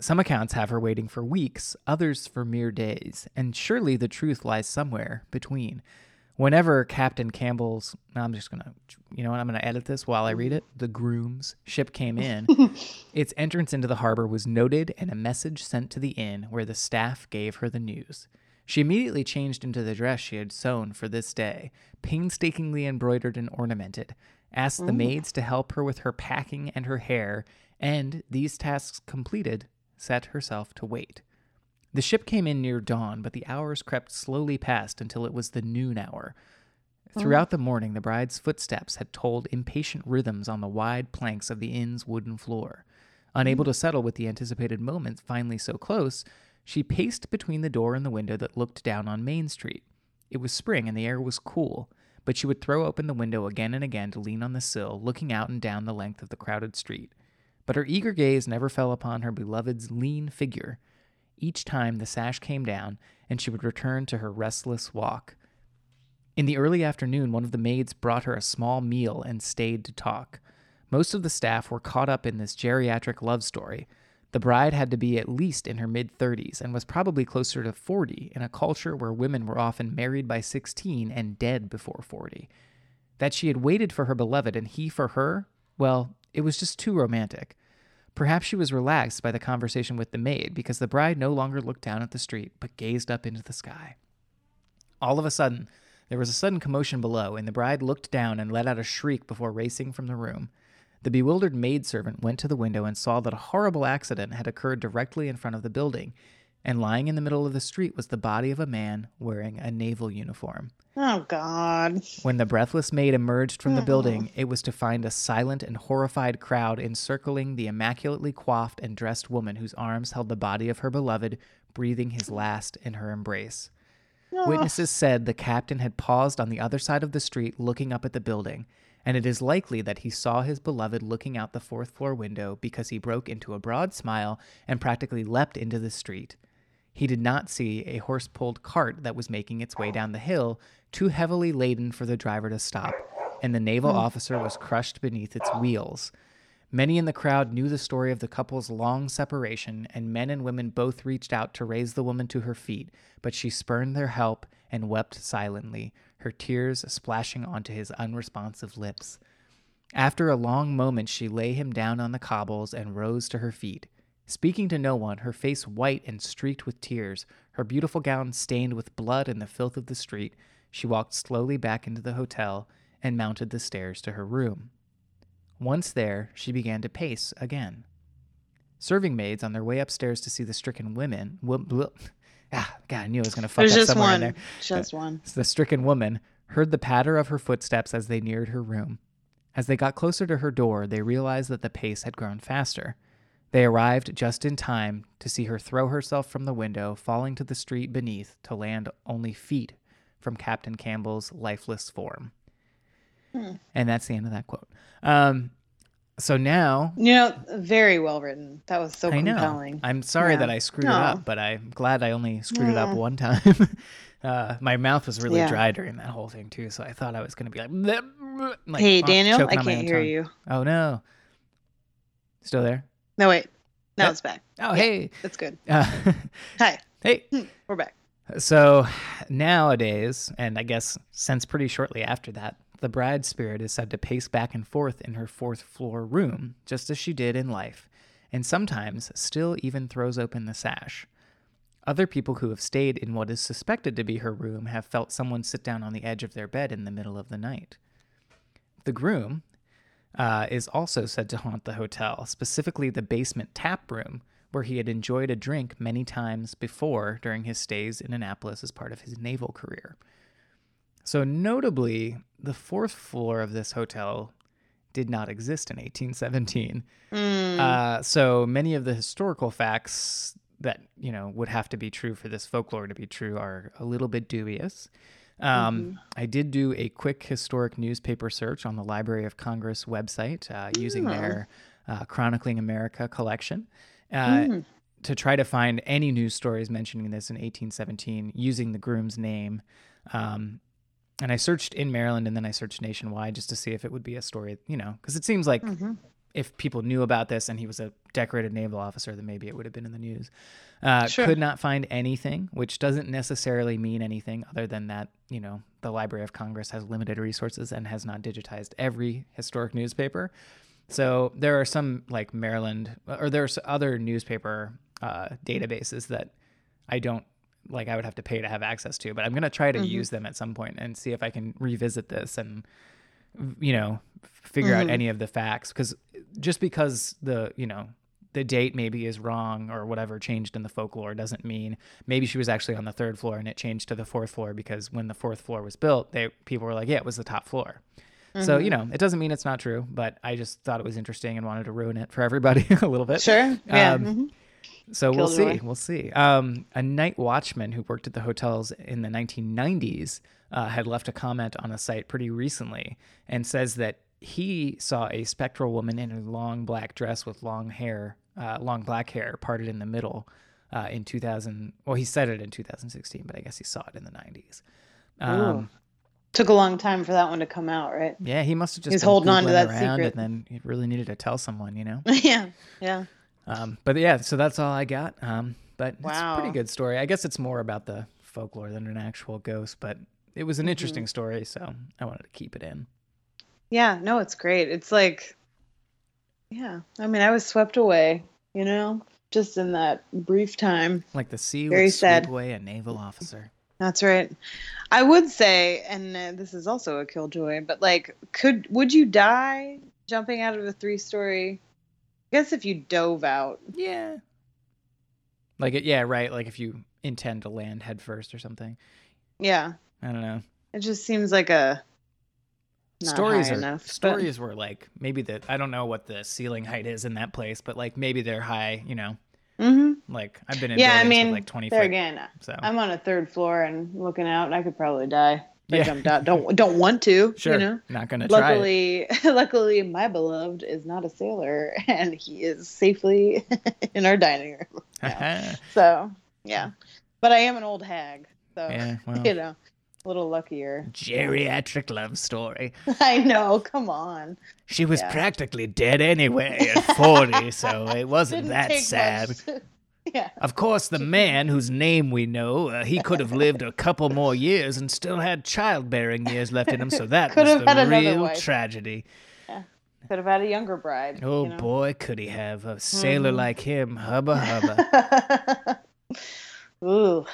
A: Some accounts have her waiting for weeks, others for mere days, and surely the truth lies somewhere between. Whenever Captain Campbell's, no, I'm just gonna, you know what, I'm gonna edit this while I read it. The groom's ship came in. its entrance into the harbor was noted and a message sent to the inn where the staff gave her the news. She immediately changed into the dress she had sewn for this day, painstakingly embroidered and ornamented, asked the maids to help her with her packing and her hair, and, these tasks completed, set herself to wait. The ship came in near dawn, but the hours crept slowly past until it was the noon hour. Throughout the morning, the bride's footsteps had told impatient rhythms on the wide planks of the inn's wooden floor. Unable to settle with the anticipated moment finally so close, she paced between the door and the window that looked down on Main Street. It was spring and the air was cool, but she would throw open the window again and again to lean on the sill, looking out and down the length of the crowded street. but her eager gaze never fell upon her beloved's lean figure. Each time the sash came down, and she would return to her restless walk. In the early afternoon, one of the maids brought her a small meal and stayed to talk. Most of the staff were caught up in this geriatric love story. The bride had to be at least in her mid 30s and was probably closer to 40 in a culture where women were often married by 16 and dead before 40. That she had waited for her beloved and he for her, well, it was just too romantic. Perhaps she was relaxed by the conversation with the maid because the bride no longer looked down at the street but gazed up into the sky. All of a sudden, there was a sudden commotion below, and the bride looked down and let out a shriek before racing from the room. The bewildered maidservant went to the window and saw that a horrible accident had occurred directly in front of the building, and lying in the middle of the street was the body of a man wearing a naval uniform.
B: Oh God.
A: When the breathless maid emerged from the
B: Oh.
A: building, it was to find a silent and horrified crowd encircling the immaculately coiffed and dressed woman whose arms held the body of her beloved, breathing his last in her embrace. Witnesses said the captain had paused on the other side of the street looking up at the building, and it is likely that he saw his beloved looking out the fourth floor window because he broke into a broad smile and practically leapt into the street. He did not see a horse pulled cart that was making its way down the hill, too heavily laden for the driver to stop, and the naval officer was crushed beneath its wheels. Many in the crowd knew the story of the couple's long separation, and men and women both reached out to raise the woman to her feet, but she spurned their help and wept silently, her tears splashing onto his unresponsive lips. After a long moment, she lay him down on the cobbles and rose to her feet. Speaking to no one, her face white and streaked with tears, her beautiful gown stained with blood and the filth of the street, she walked slowly back into the hotel and mounted the stairs to her room. Once there, she began to pace again. Serving maids on their way upstairs to see the stricken women. wo- bl- ah, God, I knew I was going to fuck
B: There's
A: up
B: just
A: somewhere in
B: one.
A: there.
B: Just one.
A: The stricken woman heard the patter of her footsteps as they neared her room. As they got closer to her door, they realized that the pace had grown faster. They arrived just in time to see her throw herself from the window, falling to the street beneath to land only feet from Captain Campbell's lifeless form. And that's the end of that quote. Um, so now
B: You know, very well written. That was so
A: I know.
B: compelling.
A: I'm sorry
B: Yeah.
A: that I screwed
B: No.
A: it up, but I'm glad I only screwed it up
B: Yeah.
A: one time. uh, my mouth was really
B: Yeah.
A: dry during that whole thing too, so I thought I was gonna be like, "Bleh, bleh," like,
B: hey
A: uh,
B: Daniel, I
A: choking on my
B: can't
A: own
B: hear
A: tongue.
B: you.
A: Oh no, still there?
B: No wait. Now
A: Yeah.
B: it's back.
A: Oh
B: Yeah.
A: hey,
B: It's good.
A: uh,
B: Hi.
A: hey.
B: We're back.
A: So nowadays, and I guess since pretty shortly after that, the bride spirit is said to pace back and forth in her fourth floor room, just as she did in life, and sometimes still even throws open the sash. Other people who have stayed in what is suspected to be her room have felt someone sit down on the edge of their bed in the middle of the night. The groom uh, is also said to haunt the hotel, specifically the basement tap room, where he had enjoyed a drink many times before during his stays in Annapolis as part of his naval career. So, notably, the fourth floor of this hotel did not exist in 1817. Uh, so many of the historical facts that you know would have to be true for this folklore to be true are a little bit dubious. Um, I did do a quick historic newspaper search on the Library of Congress website uh, using their uh, Chronicling America collection. Uh,
B: Mm-hmm. Mm.
A: To try to find any news stories mentioning this in 1817 using the groom's name. Um, and I searched in Maryland and then I searched nationwide just to see if it would be a story, you know, because it seems like
B: Mm-hmm.
A: if people knew about this and he was a decorated naval officer, then maybe it would have been in the news. Uh,
B: Sure.
A: Could not find anything, which doesn't necessarily mean anything other than that, you know, the Library of Congress has limited resources and has not digitized every historic newspaper. So there are some like Maryland, or there's other newspaper uh, databases that I don't like I would have to pay to have access to, but I'm going to try to use them at some point and see if I can revisit this and you know figure out any of the facts cuz just because the, you know, the date maybe is wrong or whatever changed in the folklore doesn't mean maybe she was actually on the third floor and it changed to the fourth floor because when the fourth floor was built, they people were like, yeah, it was the top floor. So, you know, it doesn't mean it's not true, but I just thought it was interesting and wanted to ruin it for everybody a little bit.
B: Sure. Yeah.
A: Um,
B: mhm.
A: So we'll
B: Killjoy.
A: see. We'll see. Um, a night watchman who worked at the hotels in the 1990s uh, had left a comment on a site pretty recently and says that he saw a spectral woman in a long black dress with long hair, uh, long black hair parted in the middle uh, in 2000. Well, he said it in 2016, but I guess he saw it in the 90s. Um,
B: Took a long time for that one to come out, right?
A: yeah, he must have just
B: He's
A: been
B: holding on to
A: Googling
B: that
A: around
B: secret.
A: and then he really needed to tell someone, you know?
B: yeah, yeah.
A: Um, but yeah, so that's all I got. Um, but it's a
B: Wow.
A: pretty good story. I guess it's more about the folklore than an actual ghost, but it was an
B: Mm-hmm.
A: interesting story, so I wanted to keep it in.
B: Yeah, no, it's great. It's like, yeah, I mean, I was swept away, you know, just in that brief time.
A: Like the sea
B: Very
A: would
B: sad.
A: sweep away a naval officer.
B: That's right. I would say, and uh, this is also a killjoy, but like, could would you die jumping out of a three-story? I guess if you dove out,
A: Yeah. Like it, yeah, right. Like if you intend to land headfirst or something.
B: yeah,
A: I don't know.
B: it just seems like a not
A: stories
B: high
A: are
B: enough, but-
A: stories were like maybe the I don't know what the ceiling height is in that place, but like maybe they're high. You know,
B: Mhm.
A: like I've been in
B: Yeah, I
A: buildings with,
B: mean,
A: like twenty Oh.
B: There
A: feet.
B: again, um,
A: so
B: I'm on a third floor and looking out, and I could probably die. if I
A: Yeah.
B: jumped out. Don't don't want to.
A: sure,
B: You know.
A: not gonna try. it.
B: luckily luckily my beloved is not a sailor and he is safely in our dining room so yeah but i am an old hag so
A: yeah, well,
B: you know a little luckier
A: geriatric love story.
B: i know come on
A: She was
B: Yeah.
A: practically dead anyway at forty, so it wasn't that
B: take
A: sad.
B: much. yeah
A: Of course, the man whose name we know, uh, he could have lived a couple more years and still had childbearing years left in him, so that
B: Could
A: was
B: have had
A: the
B: another
A: real
B: wife.
A: tragedy.
B: could have had a younger bride
A: Oh
B: you know? Mm-hmm.
A: boy, could he have a sailor like him, hubba hubba.
B: Ooh.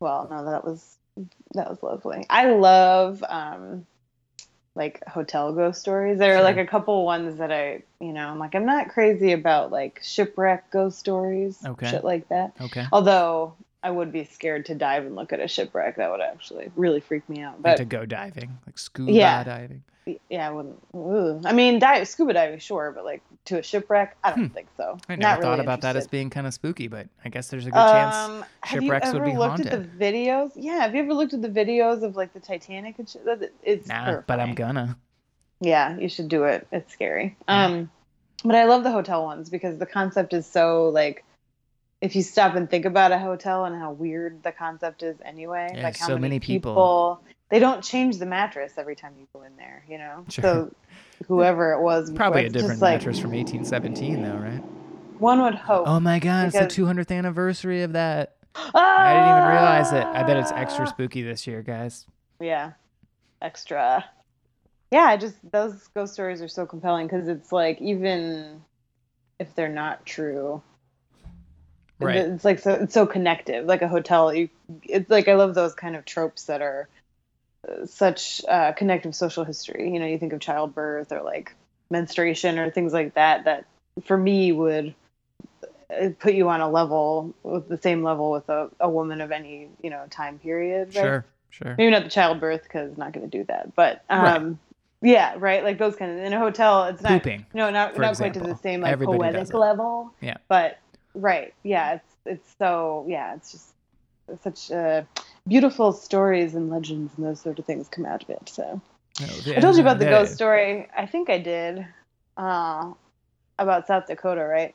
B: Well, no, that was that was lovely. I love um like hotel ghost stories. There are
A: Sure.
B: like a couple ones that I, you know, I'm like I'm not crazy about like shipwreck ghost stories,
A: Okay.
B: shit like that.
A: Okay.
B: Although I would be scared to dive and look at a shipwreck. That would actually really freak me out.
A: like
B: But
A: to go diving, like scuba
B: Yeah.
A: diving.
B: yeah, I wouldn't. Ooh. I mean, dive, scuba diving, sure, but like to a shipwreck, I don't think so.
A: Hmm. I
B: Not
A: never thought
B: really
A: about that as
B: interested.
A: being kind of spooky, but I guess there's a good chance.
B: Um,
A: shipwrecks would be
B: looked at
A: haunted.
B: the videos? Yeah, have you ever looked at the videos of like the Titanic and shit? That- It's
A: Nah, but
B: terrifying.
A: I'm gonna.
B: Yeah, you should do it. It's scary. Um, but I love the hotel ones because the concept is so like, if you stop and think about a hotel and how weird the concept is anyway,
A: Yeah,
B: like how
A: so
B: many
A: many people.
B: They don't change the mattress every time you go in there, you know.
A: Sure.
B: So whoever it was,
A: Probably a
B: it's just
A: different
B: like,
A: mattress from 1817, though, right?
B: One would hope.
A: Oh my god, it's the
B: because-
A: 200th anniversary of that.
B: Ah!
A: I didn't even realize it. I bet it's extra spooky this year, guys.
B: yeah extra yeah i just those ghost stories are so compelling because it's like even if they're not true
A: Right.
B: it- it's like so it's so connective like a hotel you it's like i love those kind of tropes that are uh, such uh, connective social history you know you think of childbirth or like menstruation or things like that that for me would uh, put you on a level with the same level with a, a woman of any you know time period right?
A: Sure, sure.
B: maybe not the childbirth because not going to do that but um yeah right like those kind of in a hotel it's not
A: Pooping.
B: no not,
A: for
B: not quite to the
A: example.
B: same like
A: Everybody does
B: poetic
A: it.
B: level
A: Yeah.
B: but right yeah it's it's so yeah it's just such uh, beautiful stories and legends and those sort of things come out of it so
A: No,
B: I told you about the
A: yeah,
B: ghost story I think I did uh about South Dakota right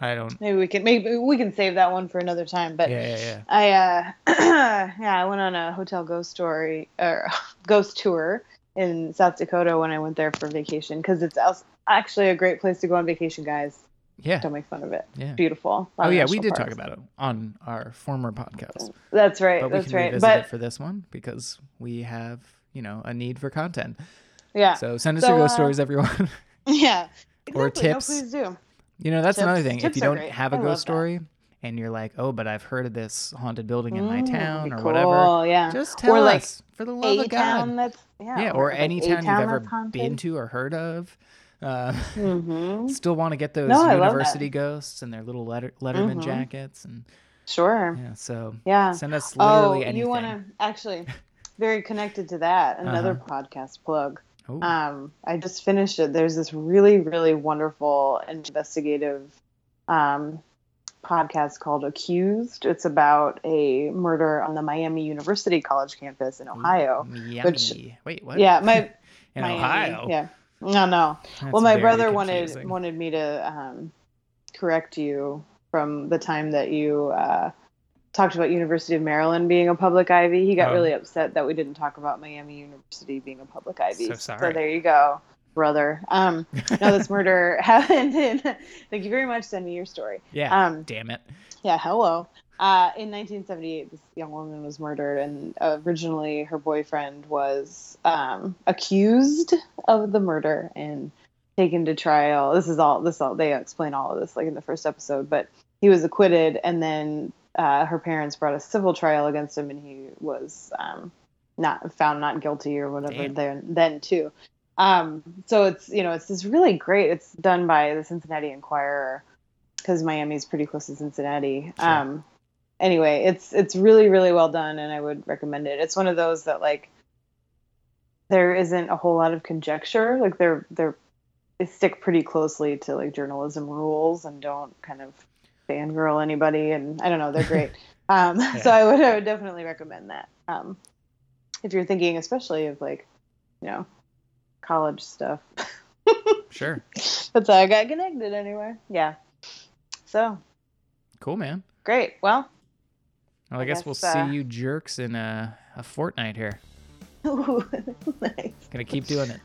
A: I don't.
B: maybe we can maybe we can save that one for another time but
A: Yeah, yeah, yeah.
B: I uh, yeah, I went on a hotel ghost story or ghost tour in South Dakota when I went there for vacation because it's als- actually a great place to go on vacation, guys.
A: Yeah,
B: Don't make fun of it.
A: yeah.
B: Beautiful.
A: Oh yeah, we did talk about it on our former podcast,
B: That's right.
A: but we
B: that's
A: can
B: right.
A: revisit
B: But
A: it for this one because we have you know a need for content.
B: yeah,
A: So send us
B: So,
A: your ghost
B: uh,
A: stories, everyone.
B: yeah.
A: Or
B: Exactly. No,
A: tips.
B: please do.
A: you know that's another
B: tips-
A: thing. If
B: tips
A: you
B: are
A: don't
B: great.
A: have a
B: I love
A: ghost
B: that.
A: story and you're like, oh, but I've heard of this haunted building in my
B: Mm,
A: town
B: be
A: or
B: cool.
A: whatever,
B: Yeah.
A: just
B: or
A: tell
B: like
A: us for the love
B: a
A: of God.
B: town that's yeah.
A: yeah, or any town you've ever been to or heard of. Uh,
B: hmm
A: still want to get those
B: No, I love that.
A: university ghosts and their little letter- Letterman
B: Mhm.
A: jackets, and
B: Sure.
A: yeah. So
B: Mm. Yeah.
A: send us literally
B: oh,
A: anything. Uh-huh.
B: you want to actually very connected to that another podcast plug.
A: Oh,
B: Um, I just finished it. There's this really really wonderful investigative um, podcast called Accused. It's about a murder on the Miami University College campus in Ohio.
A: Yummy.
B: which-
A: Wait, what?
B: Yeah, my
A: in
B: Miami,
A: Ohio.
B: Yeah. No, no.
A: That's
B: well, my
A: very
B: brother wanted
A: confusing.
B: wanted me to um, correct you from the time that you uh, talked about University of Maryland being a public Ivy. He got
A: Oh.
B: really upset that we didn't talk about Miami University being a public Ivy.
A: So sorry.
B: there you go, brother. Um, no, this murder happened. In, thank you very much. Send me your story.
A: yeah.
B: Um,
A: Damn it.
B: yeah, hello. Uh, in 1978, this young woman was murdered, and originally her boyfriend was um, accused of the murder and taken to trial. This is all. This all they explain all of this like in the first episode, but he was acquitted, and then uh, her parents brought a civil trial against him, and he was um, not found not guilty or whatever.
A: Damn.
B: Then then too. Um, so it's you know it's this really great. It's done by the Cincinnati Enquirer because Miami's pretty close to Cincinnati.
A: Sure.
B: Um, anyway, it's it's really really well done, and I would recommend it. It's one of those that like there isn't a whole lot of conjecture. Like they're they're they stick pretty closely to like journalism rules and don't kind of fangirl anybody. And I don't know, they're great. um, So I would I would definitely recommend that um, if you're thinking, especially of like you know college stuff.
A: Sure.
B: That's how I got connected anyway. Yeah. So
A: Cool, man.
B: Great. Well,
A: Well, I,
B: I
A: guess,
B: guess,
A: we'll
B: uh,
A: see you jerks in a, a fortnight here.
B: nice.
A: Gonna keep doing it.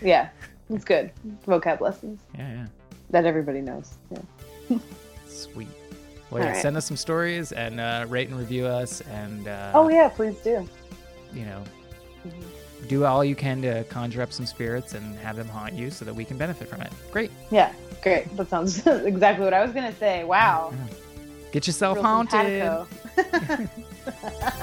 B: Yeah, it's good. Vocab lessons
A: Yeah, yeah.
B: that everybody knows. Yeah.
A: Sweet. Well, yeah,
B: All right.
A: send us some stories and uh, rate and review us, and uh,
B: oh yeah, Mm-hmm. please do.
A: you know, do all you can to conjure up some spirits and have them haunt you, so that we can benefit from it. Great.
B: Yeah. Great. That sounds exactly what I was gonna say. Wow.
A: Get yourself
B: Real
A: haunted.
B: simpatico.